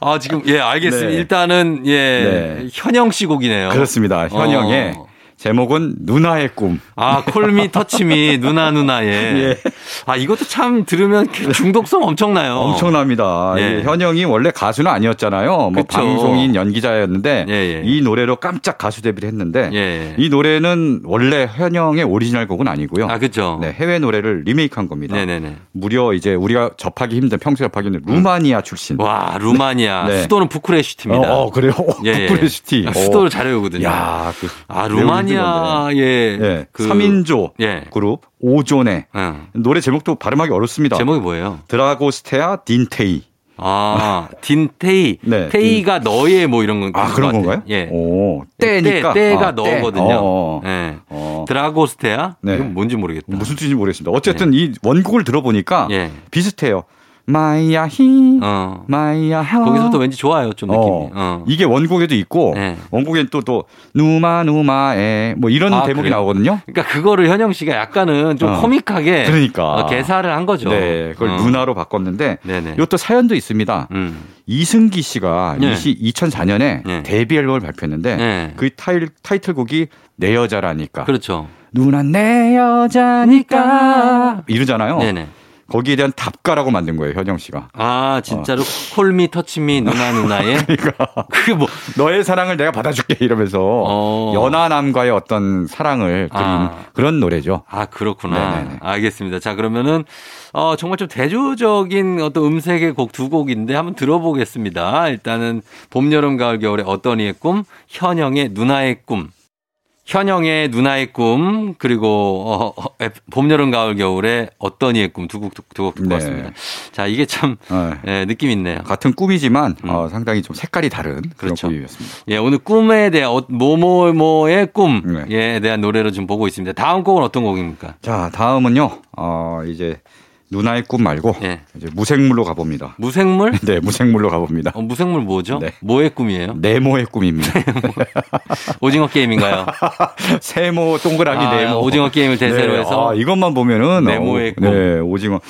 아, 지금 예, 알겠습니다.
네.
일단은 예,
네.
현영 씨 곡이네요.
그렇습니다. 현영의
어.
제목은 누나의 꿈.
아, 콜미 터치미 누나 누나의.
예.
아, 이것도 참 들으면 중독성 엄청나요.
엄청납니다.
어. 예.
이 현영이 원래 가수는 아니었잖아요. 뭐
그쵸.
방송인 연기자였는데
예, 예.
이 노래로 깜짝 가수 데뷔를 했는데
예.
이 노래는 원래 현영의 오리지널 곡은 아니고요.
아, 그죠.
네, 해외 노래를 리메이크한 겁니다.
네네네. 무려
무려 이제 우리가 접하기 힘든 평소 에 접하기 힘든 루마니아 출신.
와, 루마니아.
네.
수도는 부쿠레슈티입니다.
어, 어, 그래요.
예, 예.
부쿠레슈티.
아,
어.
수도를 잘 외우거든요.
야, 그
아,
외우기 힘든
루마니아의
건데. 예.
그
3인조
예.
그룹 오존의
응.
노래 제목도 발음하기 어렵습니다.
제목이 뭐예요?
드라고스테아 딘테이.
아, 딘테이.
네,
테이가 너의 뭐 이런 건.
아, 그런
것
건가요?
같아요. 예.
오,
때,
때니까.
때가
아, 때.
너거든요.
어, 어.
예.
어.
드라고스테야?
네.
이건 뭔지 모르겠다.
무슨 뜻인지 모르겠습니다. 어쨌든 이 원곡을 들어보니까
예.
비슷해요. 마이야히,
어.
마이야하.
거기서 또 왠지 좋아요, 좀 느낌이.
어,
어.
이게 원곡에도 있고
네.
원곡엔 또 또 누마 누마에 뭐 이런
아,
대목이
그래요?
나오거든요.
그러니까 그거를 현영 씨가 약간은 좀
어.
코믹하게
그러니까.
어, 개사를 한 거죠.
네, 그걸
어.
누나로 바꿨는데
네네.
이것도 사연도 있습니다.
음.
이승기 씨가
네.
2004년에
네.
데뷔 앨범을 발표했는데
네.
그 타일, 타이틀곡이 내 여자라니까
그렇죠. 그러니까.
누나 내 여자니까 이러잖아요.
네네.
거기에 대한 답가라고 만든 거예요 현영 씨가.
아 진짜로 콜미 터치미 누나 누나의 그게 뭐
너의 사랑을 내가 받아줄게 이러면서
어.
연하남과의 어떤 사랑을 드린
아.
그런 노래죠.
아, 그렇구나.
네네네.
알겠습니다. 자, 그러면은, 어, 정말 좀 대조적인 어떤 음색의 곡 두 곡인데 한번 들어보겠습니다. 일단은 봄, 여름, 가을, 겨울의 어떤 이의 꿈, 현영의 누나의 꿈. 현영의 누나의 꿈, 그리고, 어, 어, 에, 봄, 여름, 가을, 겨울의 어떤 이의 꿈 두 곡, 두, 곡 듣고
네.
왔습니다. 자, 이게 참,
네.
예, 느낌 있네요.
같은 꿈이지만
음.
어, 상당히 좀 색깔이 다른 그런
그렇죠.
꿈이었습니다.
예, 오늘 꿈에 대한, 어, 뭐뭐뭐의 꿈,
네.
에 대한 노래로 지금 보고 있습니다. 다음 곡은 어떤 곡입니까?
자 다음은요. 어, 이제 누나의 꿈 말고
예.
이제 무생물로 가봅니다.
무생물?
네 무생물로 가봅니다.
어, 무생물 뭐죠?
네.
뭐의 꿈이에요?
네모의 꿈입니다.
오징어 게임인가요?
세모 동그라미
아,
네모
오징어 게임을 대세로
네,
해서
아, 이것만 보면은
네모의
어우,
꿈.
네, 오징어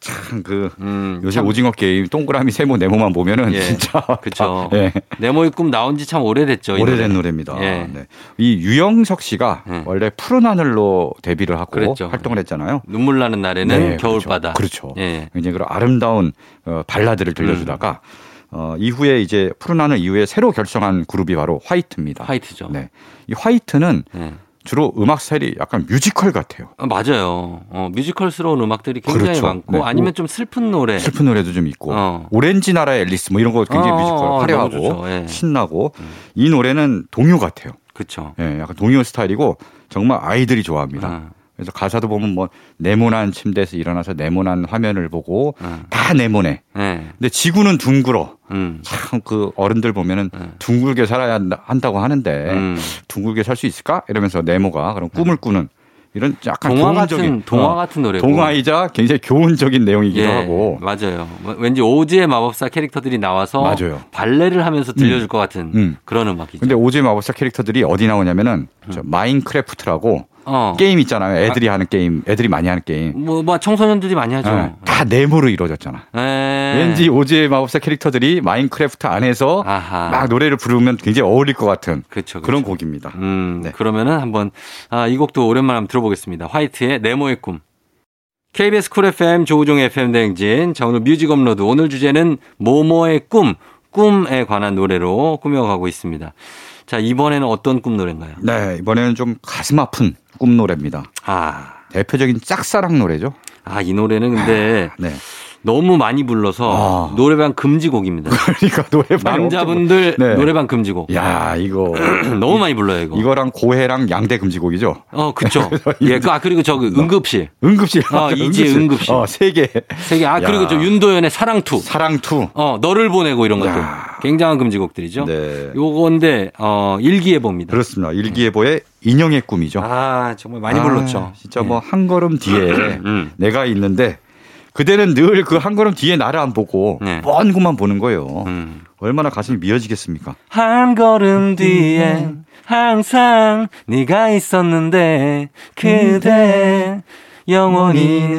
참그
음,
요새
참,
오징어 게임 동그라미 세모 네모만 보면은
예,
진짜
그쵸.
예,
네모의 꿈 나온 지 참 오래됐죠. 이
오래된
노래.
노래입니다.
예.
네. 이 유영석 씨가
음.
원래 푸른 하늘로 데뷔를 하고
그랬죠.
활동을 했잖아요.
눈물 나는 날에는
네,
겨울바다.
그렇죠. 그렇죠.
예.
굉장히 그런 아름다운 어, 발라드를 들려주다가
음.
어, 이후에 이제 푸른 하늘 이후에 새로 결성한 그룹이 바로 화이트입니다.
화이트죠.
네. 이 화이트는
네.
주로 음악 스타일이 약간 뮤지컬 같아요.
아, 맞아요. 어, 뮤지컬스러운 음악들이 굉장히
그렇죠.
많고
네.
아니면 좀 슬픈 노래.
슬픈 노래도 좀 있고
어.
오렌지 나라의 앨리스 뭐 이런 거 굉장히
어,
뮤지컬
어, 너무
화려하고
좋죠. 예.
신나고 이 노래는 동요 같아요.
그렇죠.
예, 약간 동요 스타일이고 정말 아이들이 좋아합니다.
아.
그래서 가사도 보면 뭐 네모난 침대에서 일어나서 네모난 화면을 보고
음.
다 네모네.
네.
근데 지구는 둥글어.
음.
참 그 어른들 보면은 둥글게 살아야 한다- 한다고 하는데
네. 음.
둥글게 살 수 있을까? 이러면서 네모가 그런 꿈을 꾸는 이런 약간
그러니까 동화
교훈적인
같은 동화
어,
같은 노래고. 예,
동화이자 굉장히 교훈적인 내용이기도 하고
맞아요. 뭐 왠지 오즈의 마법사 캐릭터들이 나와서
맞아요.
발레를 하면서 들려줄 것 같은
음.
그런 음악이죠.
근데 오즈의 마법사 캐릭터들이 어디 나오냐면은 저 마인크래프트라고
음. 어.
게임 있잖아요. 애들이 하는 게임, 애들이 많이 하는 게임.
뭐, 뭐 청소년들이 많이 하죠.
어, 다 네모로 이루어졌잖아.
에.
왠지 오즈의 마법사 캐릭터들이 마인크래프트 안에서
네. 아하. 그렇죠,
막 노래를 부르면 굉장히 어울릴 것 같은
그쵸, 그쵸.
그런 곡입니다.
음,
네.
그러면은 한번 아, 이 곡도 오랜만에 한번 들어보겠습니다. 화이트의 네모의 꿈. KBS 쿨 FM 조우종 FM 대행진 자 오늘 뮤직 업로드 오늘 주제는 모모의 꿈 꿈에 관한 노래로 꾸며가고 있습니다. 자 이번에는 어떤 꿈 노래인가요?
네, 이번에는 좀 가슴 아픈 꿈 노래입니다.
아아 아,
대표적인 짝사랑 노래죠.
이 노래는 근데
네.
너무 많이 불러서
아.
노래방 금지곡입니다.
그러니까 노래방
남자분들
네.
노래방 금지곡.
야, 이거
너무 많이 불러요 이거.
이거랑 고해랑 양대 금지곡이죠.
어 그쵸. 예, 그, 아 그리고 저 그 응급실
응급실.
아, 이지의 응급실.
어, 세 개.
세계 아 그리고
야.
저 윤도현의 사랑투.
사랑 투.
어, 너를 보내고 이런 것들.
야.
굉장한 금지곡들이죠.
네.
요건데, 어, 일기예보입니다.
그렇습니다. 일기예보의 인형의 꿈이죠.
아, 정말 많이
아,
불렀죠. 예.
진짜 뭐 한 걸음 뒤에
음.
내가 있는데 그대는 늘 그 한 걸음 뒤에 나를 안 보고
네.
먼 곳만 보는 거예요.
음.
얼마나 가슴이 미어지겠습니까?
한 걸음 뒤에 항상 네가 있었는데
음.
그대 음. 영원히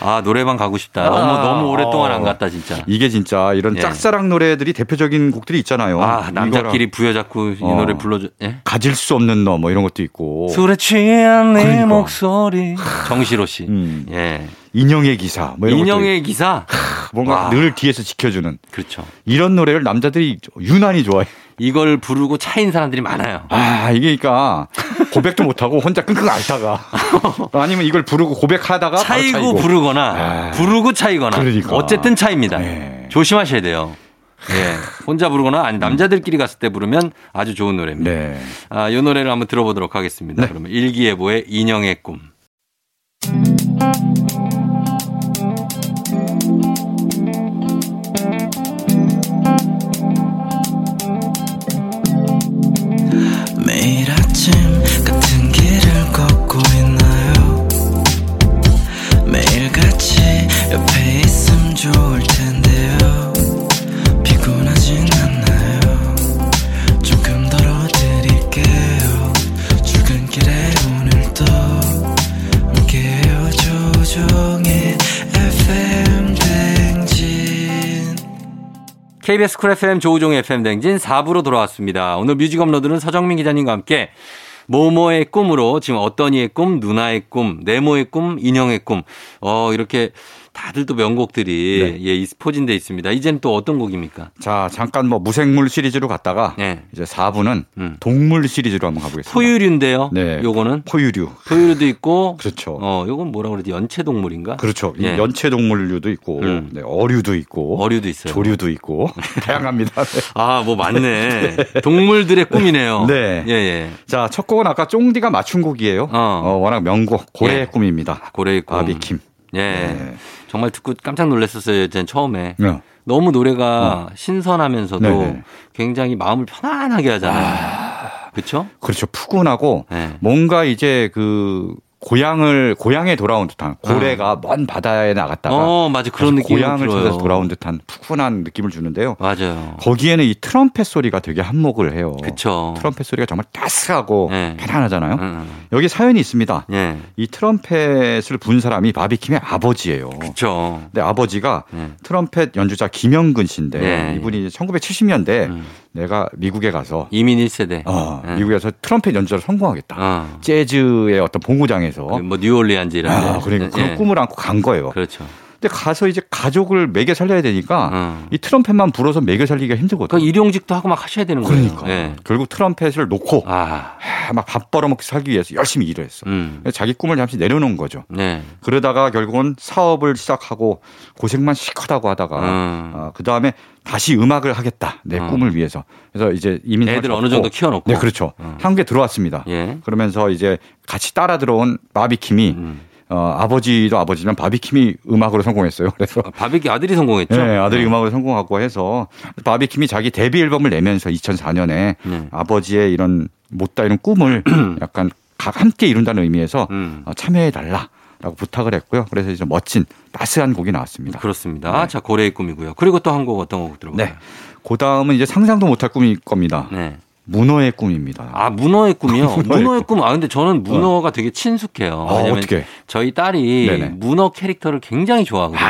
아 노래방 가고 싶다 너무 너무 오랫동안 안 갔다 진짜
이게 진짜 이런
예.
짝사랑 노래들이 대표적인 뭐 곡들이 있잖아요.
아 남자끼리
이거랑
부여잡고 이
어.
노래 불러줘 예?
가질 수 없는 너 뭐 이런 것도 있고
술에 취한 네
그러니까.
목소리 정시로 씨
음.
예.
인형의 기사 뭐 이런 것도
인형의 아. 기사
있고 뭔가
와.
늘 뒤에서 지켜주는
그렇죠
이런 노래를 남자들이 유난히 좋아해.
이걸 부르고 차인 사람들이 많아요.
아, 이게 그러니까 고백도 못 하고 혼자 끙끙 앓다가 아니면 이걸 부르고 고백하다가 바로
차이고, 부르거나
아.
부르고 차이거나
그러니까.
어쨌든 차입니다.
예. 음.
조심하셔야 돼요. 예. 혼자 부르거나 아니 남자들끼리 갔을 때 부르면 아주 좋은 노래입니다.
네.
아, 이 노래를 한번 들어보도록 하겠습니다. 그러면 일기예보의 인형의 꿈.
매일 아침 같은 길을 걷고 있나요 매일 같이 옆에 있음 좋을 텐데요 피곤하진 않나요 조금 덜어드릴게요 출근길에 오늘도 함께해요 조종의 FM 댕진
KBS 쿨 FM 조우종 FM 댕진 4부로 돌아왔습니다. 오늘 뮤직 업로드는 서정민 기자님과 함께 모모의 꿈으로 지금 어떤이의 꿈, 누나의 꿈, 네모의 꿈, 인형의 꿈. 어, 이렇게 다들 또 명곡들이
네.
예, 이 스포진돼 있습니다. 이젠 또 어떤 곡입니까?
자, 잠깐 뭐 무생물 시리즈로 갔다가
네.
이제 4부는
음.
동물 시리즈로 한번 가보겠습니다.
포유류인데요.
네.
요거는
포유류.
포유류도 있고
그렇죠.
어, 요건 뭐라 그러지? 연체동물인가?
그렇죠. 이
예.
연체동물류도 있고,
음.
네, 어류도 있고,
어류도 있어요.
조류도 있고, 다양합니다. 네.
아, 뭐 많네. 동물들의 꿈이네요.
네.
예, 예.
자, 첫 곡은 아까 쫑디가 맞춘 곡이에요.
어.
어, 워낙 명곡, 고래의
예.
꿈입니다.
고래의 꿈.
바비킴.
예.
네.
정말 듣고 깜짝 놀랐었어요. 전 처음에.
네.
너무 노래가 신선하면서도
어. 네네.
굉장히 마음을 편안하게 하잖아요. 그렇죠?
그렇죠. 푸근하고
네.
뭔가 이제 그 고향을 고향에 돌아온 듯한 고래가 먼 바다에 나갔다가
어, 맞아. 그런
다시
느낌이
고향을
들어요. 어.
찾아서 돌아온 듯한 푸근한 느낌을 주는데요.
맞아요.
거기에는 이 트럼펫 소리가 되게 한몫을 해요.
그렇죠.
트럼펫 소리가 정말 따스하고
네.
편안하잖아요.
음,
여기 사연이 있습니다.
예.
이 트럼펫을 분 사람이 바비킴의 아버지예요.
그렇죠.
근데 아버지가
네.
트럼펫 연주자 김영근 씨인데
네.
이분이 1970년대
음.
내가 미국에 가서
이민 1세대.
네. 어,
네.
미국에서 트럼펫 연주자로 성공하겠다.
어.
재즈의 어떤 본고장에서
뭐 뉴올리안즈 이런 데.
아, 그러니까 그런
예.
꿈을 안고 간 거예요.
그렇죠.
근데 가서 이제 가족을 먹여 살려야 되니까
어.
이 트럼펫만 불어서 먹여 살리기가 힘들거든요.
그러니까 일용직도 하고 막 하셔야 되는 거예요.
그러니까.
예.
결국 트럼펫을 놓고
아,
막 밥 벌어먹기 살기 위해서 열심히 일을 했어.
음.
자기 꿈을 잠시 내려놓은 거죠.
네.
그러다가 결국은 사업을 시작하고 고생만 시커다고 하다가
음.
그 다음에 다시 음악을 하겠다 내
음.
꿈을 위해서 그래서 이제 이민
애들 어느 정도 키워놓고.
네 그렇죠
음.
한국에 들어왔습니다.
예.
그러면서 이제 같이 따라 들어온 바비킴이
음.
어, 아버지도 아버지지만 바비킴이 음악으로 성공했어요. 그래서
아, 바비기 아들이 성공했죠.
네, 아들이 음악으로 성공하고 해서 바비킴이 자기 데뷔 앨범을 내면서 2004년에
네.
아버지의 이런 못다 이런 꿈을 약간 가- 함께 이룬다는 의미에서 어,
음.
참여해 달라라고 부탁을 했고요. 그래서 이제 멋진 따스한 곡이 나왔습니다.
네, 그렇습니다. 자, 고래의 꿈이고요. 그리고 또 한 곡 어떤 곡 들어볼까요?
네. 그 다음은 이제 상상도 못할 꿈일 겁니다.
네.
문어의 꿈입니다.
아, 문어의 꿈이요?
문어의
문어의 꿈. 아, 근데 저는 문어가 되게 친숙해요.
아,
왜냐면
어떻게?
저희 딸이
네네.
문어 캐릭터를 굉장히 좋아하거든요.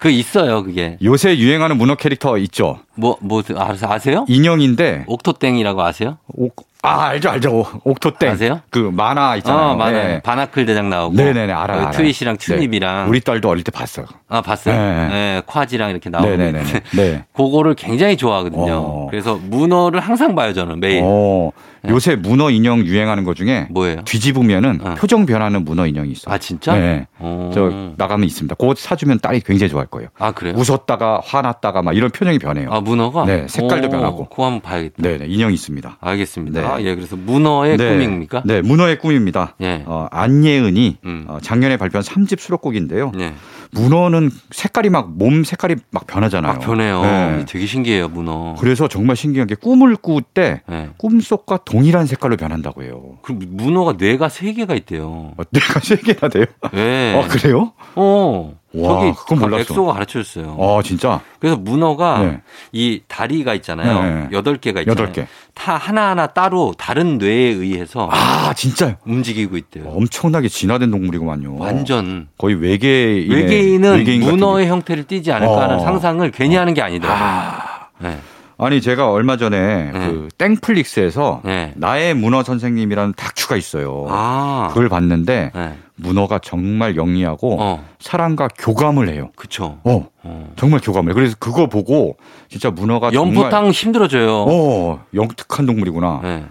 그 있어요, 그게.
요새 유행하는 문어 캐릭터 있죠.
뭐, 뭐, 아- 아세요?
예. 인형인데
옥토땡이라고 아세요?
옥, 아 알죠 알죠 옥- 옥토땡
아세요?
그 만화 있잖아요.
아, 맞아요.
네.
바나클 대장 나오고.
네네네 알아
여기
알아.
트윗이랑 튜닙이랑.
우리 딸도 어릴 때 봤어요.
아, 봤어요?
네.
네, 콰지랑 이렇게 나오고.
네네네. 네.
그거를 굉장히 좋아하거든요.
어.
그래서 문어를 항상 봐요, 저는 매일.
어, 요새 문어 인형 유행하는 것 중에
네. 뭐예요?
뒤집으면은
어.
표정 변하는 문어 인형이 있어요.
아, 진짜?
네.
어.
저 나가면 있습니다. 그거 사주면 딸이 굉장히 좋아할 거예요.
아, 그래요?
웃었다가 화났다가 막 이런 표정이 변해요.
아, 문어가?
네, 색깔도
오,
변하고.
그거 한번 봐야겠다.
네, 네, 인형이 있습니다.
알겠습니다.
네.
아, 예, 그래서 문어의
네,
꿈입니까?
네, 문어의 꿈입니다.
예.
어, 안예은이
음.
어, 작년에 발표한 삼집 수록곡인데요.
예.
문어는 색깔이 막 몸 색깔이 막 변하잖아요.
막 변해요.
네.
되게 신기해요, 문어.
그래서 정말 신기한 게 꿈을 꾸 때
예.
꿈속과 동일한 색깔로 변한다고 해요.
그럼 문어가 뇌가 세 개가 있대요.
어, 내가 세 개나 돼요?
예.
아 그래요?
어.
와,
저기
그건 몰랐어.
엑소가 가르쳐 줬어요.
아 진짜
그래서 문어가
네.
이 다리가 있잖아요.
네.
여덟 개가 있잖아요.
여덟 개.
다 하나하나 따로 다른 뇌에 의해서
아 진짜요?
움직이고 있대요.
엄청나게 진화된 동물이구만요.
네. 완전
거의 외계인
예, 외계인은 문어의 형태를 띠지 않을까 하는
어.
상상을 괜히 하는 게 아니더라고요. 네.
아니 제가 얼마 전에
네.
그 땡플릭스에서
네.
나의 문어 선생님이라는 다큐가 있어요.
아.
그걸 봤는데
네.
문어가 정말 영리하고
어.
사람과 교감을 해요.
그쵸.
어
어.
정말 교감을. 해요. 그래서 그거 보고 진짜 문어가
연포탕
정말
아, 힘들어져요.
어 영특한 동물이구나.
네.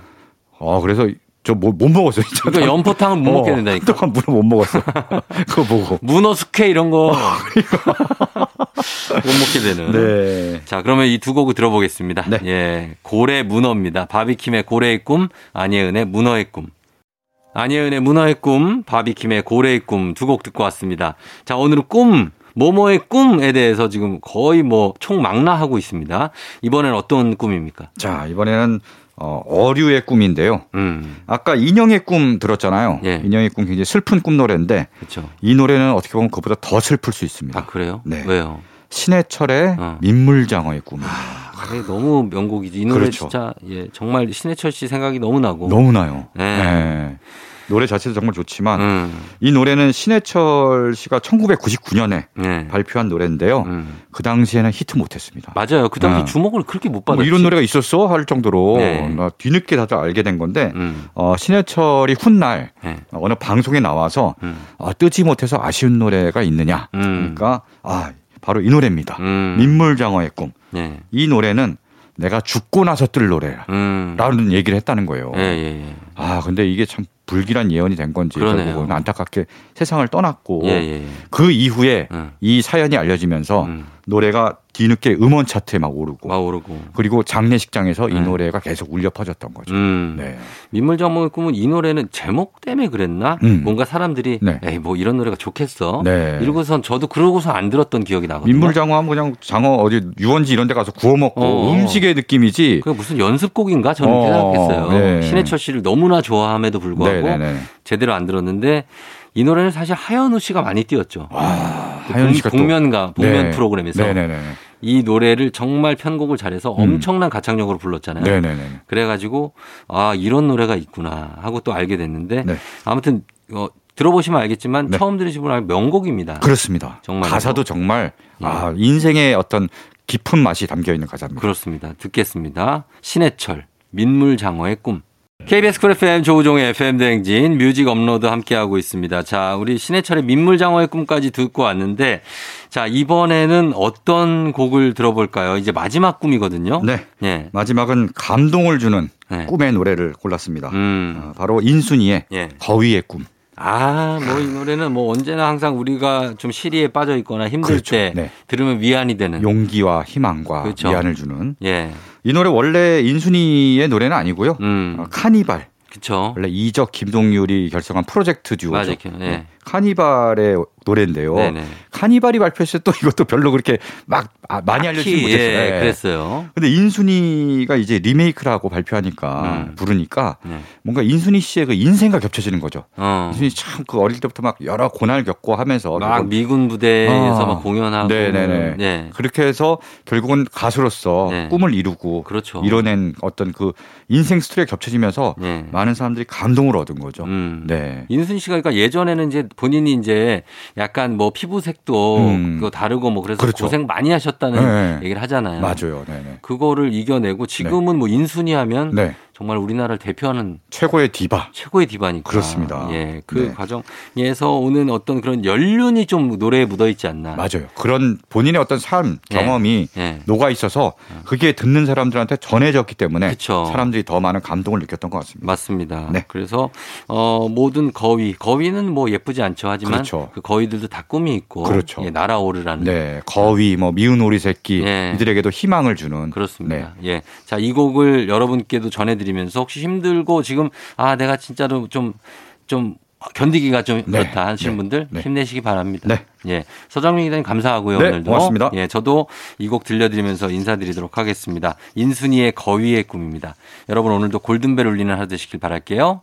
아 그래서 저 못 먹었어요. 진짜.
그러니까 연포탕은 못 먹게 된다니까.
한동안 문어 못 먹었어. 그거 보고.
문어 숙회 이런 거. 못 먹게 되는.
네.
자, 그러면 이 두 곡을 들어보겠습니다.
네.
예. 고래 문어입니다. 바비킴의 고래의 꿈, 안예은의 문어의 꿈. 안예은의 문어의 꿈, 바비킴의 고래의 꿈 두 곡 듣고 왔습니다. 자, 오늘은 꿈, 모모의 꿈에 대해서 지금 거의 뭐 총망라하고 있습니다. 이번엔 어떤 꿈입니까?
자, 이번에는 어, 어류의 꿈인데요.
음,
아까 인형의 꿈 들었잖아요.
예.
인형의 꿈 굉장히 슬픈 꿈 노래인데
그렇죠.
이 노래는 어떻게 보면 그보다 더 슬플 수 있습니다.
아, 그래요?
네.
왜요?
신해철의
어.
민물장어의 꿈.
아, 그게 너무 명곡이지. 이 노래
그렇죠.
진짜 예, 정말 신해철 씨 생각이 너무 나고.
너무나요.
예.
예. 노래 자체도 정말 좋지만
음,
이 노래는 신해철 씨가 1999년에
예.
발표한 노래인데요.
음.
그 당시에는 히트 못했습니다.
맞아요. 그 당시
아.
주목을 그렇게 못
뭐
받았지.
이런 노래가 있었어 할 정도로
네.
나 뒤늦게 다들 알게 된 건데
음,
어, 신해철이 훗날
예.
어느 방송에 나와서
음.
아, 뜨지 못해서 아쉬운 노래가 있느냐.
음.
그러니까 아 바로 이 노래입니다.
음.
민물장어의 꿈.
예.
이 노래는 내가 죽고 나서 뜰 노래라는
음.
얘기를 했다는 거예요.
예, 예, 예.
아 근데 이게 참 불길한 예언이 된 건지
그러네요.
결국은 안타깝게 세상을 떠났고
예, 예, 예.
그 이후에
음.
이 사연이 알려지면서
음.
노래가 뒤늦게 음원 차트에 막 오르고
막 오르고.
그리고 장례식장에서
네.
이 노래가 계속 울려 퍼졌던 거죠.
음.
네.
민물장어의 꿈은 이 노래는 제목 때문에 그랬나?
음.
뭔가 사람들이
네.
에이 뭐 이런 노래가 좋겠어.
네.
이러고선 저도 그러고서 안 들었던 기억이 나거든요.
민물장어 하면 그냥 장어 어디 유원지 이런 데 가서 구워 먹고
어.
음식의 느낌이지.
그게 무슨 연습곡인가 저는 이렇게
어,
생각했어요.
네.
신해철 씨를 너무나 좋아함에도 불구하고
네네네.
제대로 안 들었는데 이 노래는 사실 하현우 씨가 많이 띄웠죠. 그
하연 씨가 또-
복면가 복면
네.
프로그램에서
네네네.
이 노래를 정말 편곡을 잘해서
음.
엄청난 가창력으로 불렀잖아요.
네네네.
그래가지고 아 이런 노래가 있구나 하고 또 알게 됐는데
네.
아무튼 어, 들어보시면 알겠지만
네.
처음 들으신 분은 명곡입니다.
그렇습니다.
아, 정말로. 예.
가사도 정말 아, 인생의 어떤 깊은 맛이 담겨 있는 가사입니다.
그렇습니다. 듣겠습니다. 신해철 민물장어의 꿈. KBS 쿨 FM 조우종의 FM 대행진 뮤직 업로드 함께하고 있습니다. 자, 우리 신해철의 민물장어의 꿈까지 듣고 왔는데 자, 이번에는 어떤 곡을 들어볼까요? 이제 마지막 꿈이거든요.
네.
예.
마지막은 감동을 주는
네.
꿈의 노래를 골랐습니다.
음.
어, 바로 인순이의
예.
거위의 꿈.
아, 뭐 이 노래는 뭐 언제나 항상 우리가 좀 시리에 빠져 있거나 힘들
그렇죠.
때
네.
들으면 위안이 되는.
용기와 희망과
네. 그렇죠.
미안을 주는
예.
이 노래 원래 인순이의 노래는 아니고요.
음.
어, 카니발
그쵸.
원래 이적 김동률이 결성한 프로젝트 듀오죠.
맞아요. 예.
네. 카니발의 노래인데요.
네네.
카니발이 발표했을 때 또 이것도 별로 그렇게 막 아, 많이 알려지지
키,
못했어요.
예,
네.
그랬어요.
근데 인순이가 이제 리메이크라고 발표하니까
음.
부르니까
네.
뭔가 인순이 씨의 그 인생과 겹쳐지는 거죠.
어.
인순이 참 그 어릴 때부터 막 여러 고난을 겪고 하면서
막
결국-
미군 부대에서
아.
막 공연하고.
네네네.
예.
그렇게 해서 결국은 가수로서
네.
꿈을 이루고
그렇죠.
이뤄낸 어떤 그 인생 스토리에 겹쳐지면서
예.
많은 사람들이 감동을 얻은 거죠.
음.
네.
인순 씨가 그러니까 예전에는 이제 본인이 이제 약간 뭐 피부색도
음.
그거 다르고 뭐 그래서
그렇죠.
고생 많이 하셨다는
네.
얘기를 하잖아요.
맞아요. 네네.
그거를 이겨내고 지금은 뭐 인순이 하면
네.
정말 우리나라를 대표하는
최고의 디바.
최고의 디바니까.
그렇습니다.
예. 그
네.
과정에서 오는 어떤 그런 연륜이 좀 노래에 묻어 있지 않나.
맞아요. 그런 본인의 어떤 삶
네.
경험이
예.
녹아 있어서 그게 듣는 사람들한테 전해졌기 때문에
그쵸.
사람들이 더 많은 감동을 느꼈던 것 같습니다.
맞습니다.
네.
그래서 어 모든 거위, 거위는 뭐 예쁘지 않죠. 하지만
그렇죠.
그 거위들도 다 꿈이 있고
그렇죠.
예, 날아오르라는
네. 거위, 뭐 미운 오리 새끼
예.
이들에게도 희망을 주는
그렇습니다.
네.
예. 자, 이 곡을 여러분께도 전해드리면서 혹시 힘들고 지금 아, 내가 진짜로 좀, 좀 견디기가 좀
네.
그렇다 하시는
네.
분들
네.
힘내시기 바랍니다.
네.
예. 서정민 기자님 감사하고요.
네,
오늘도.
고맙습니다.
예. 저도 이 곡 들려드리면서 인사드리도록 하겠습니다. 인순이의 거위의 꿈입니다. 여러분 오늘도 골든벨 울리는 하루 되시길 바랄게요.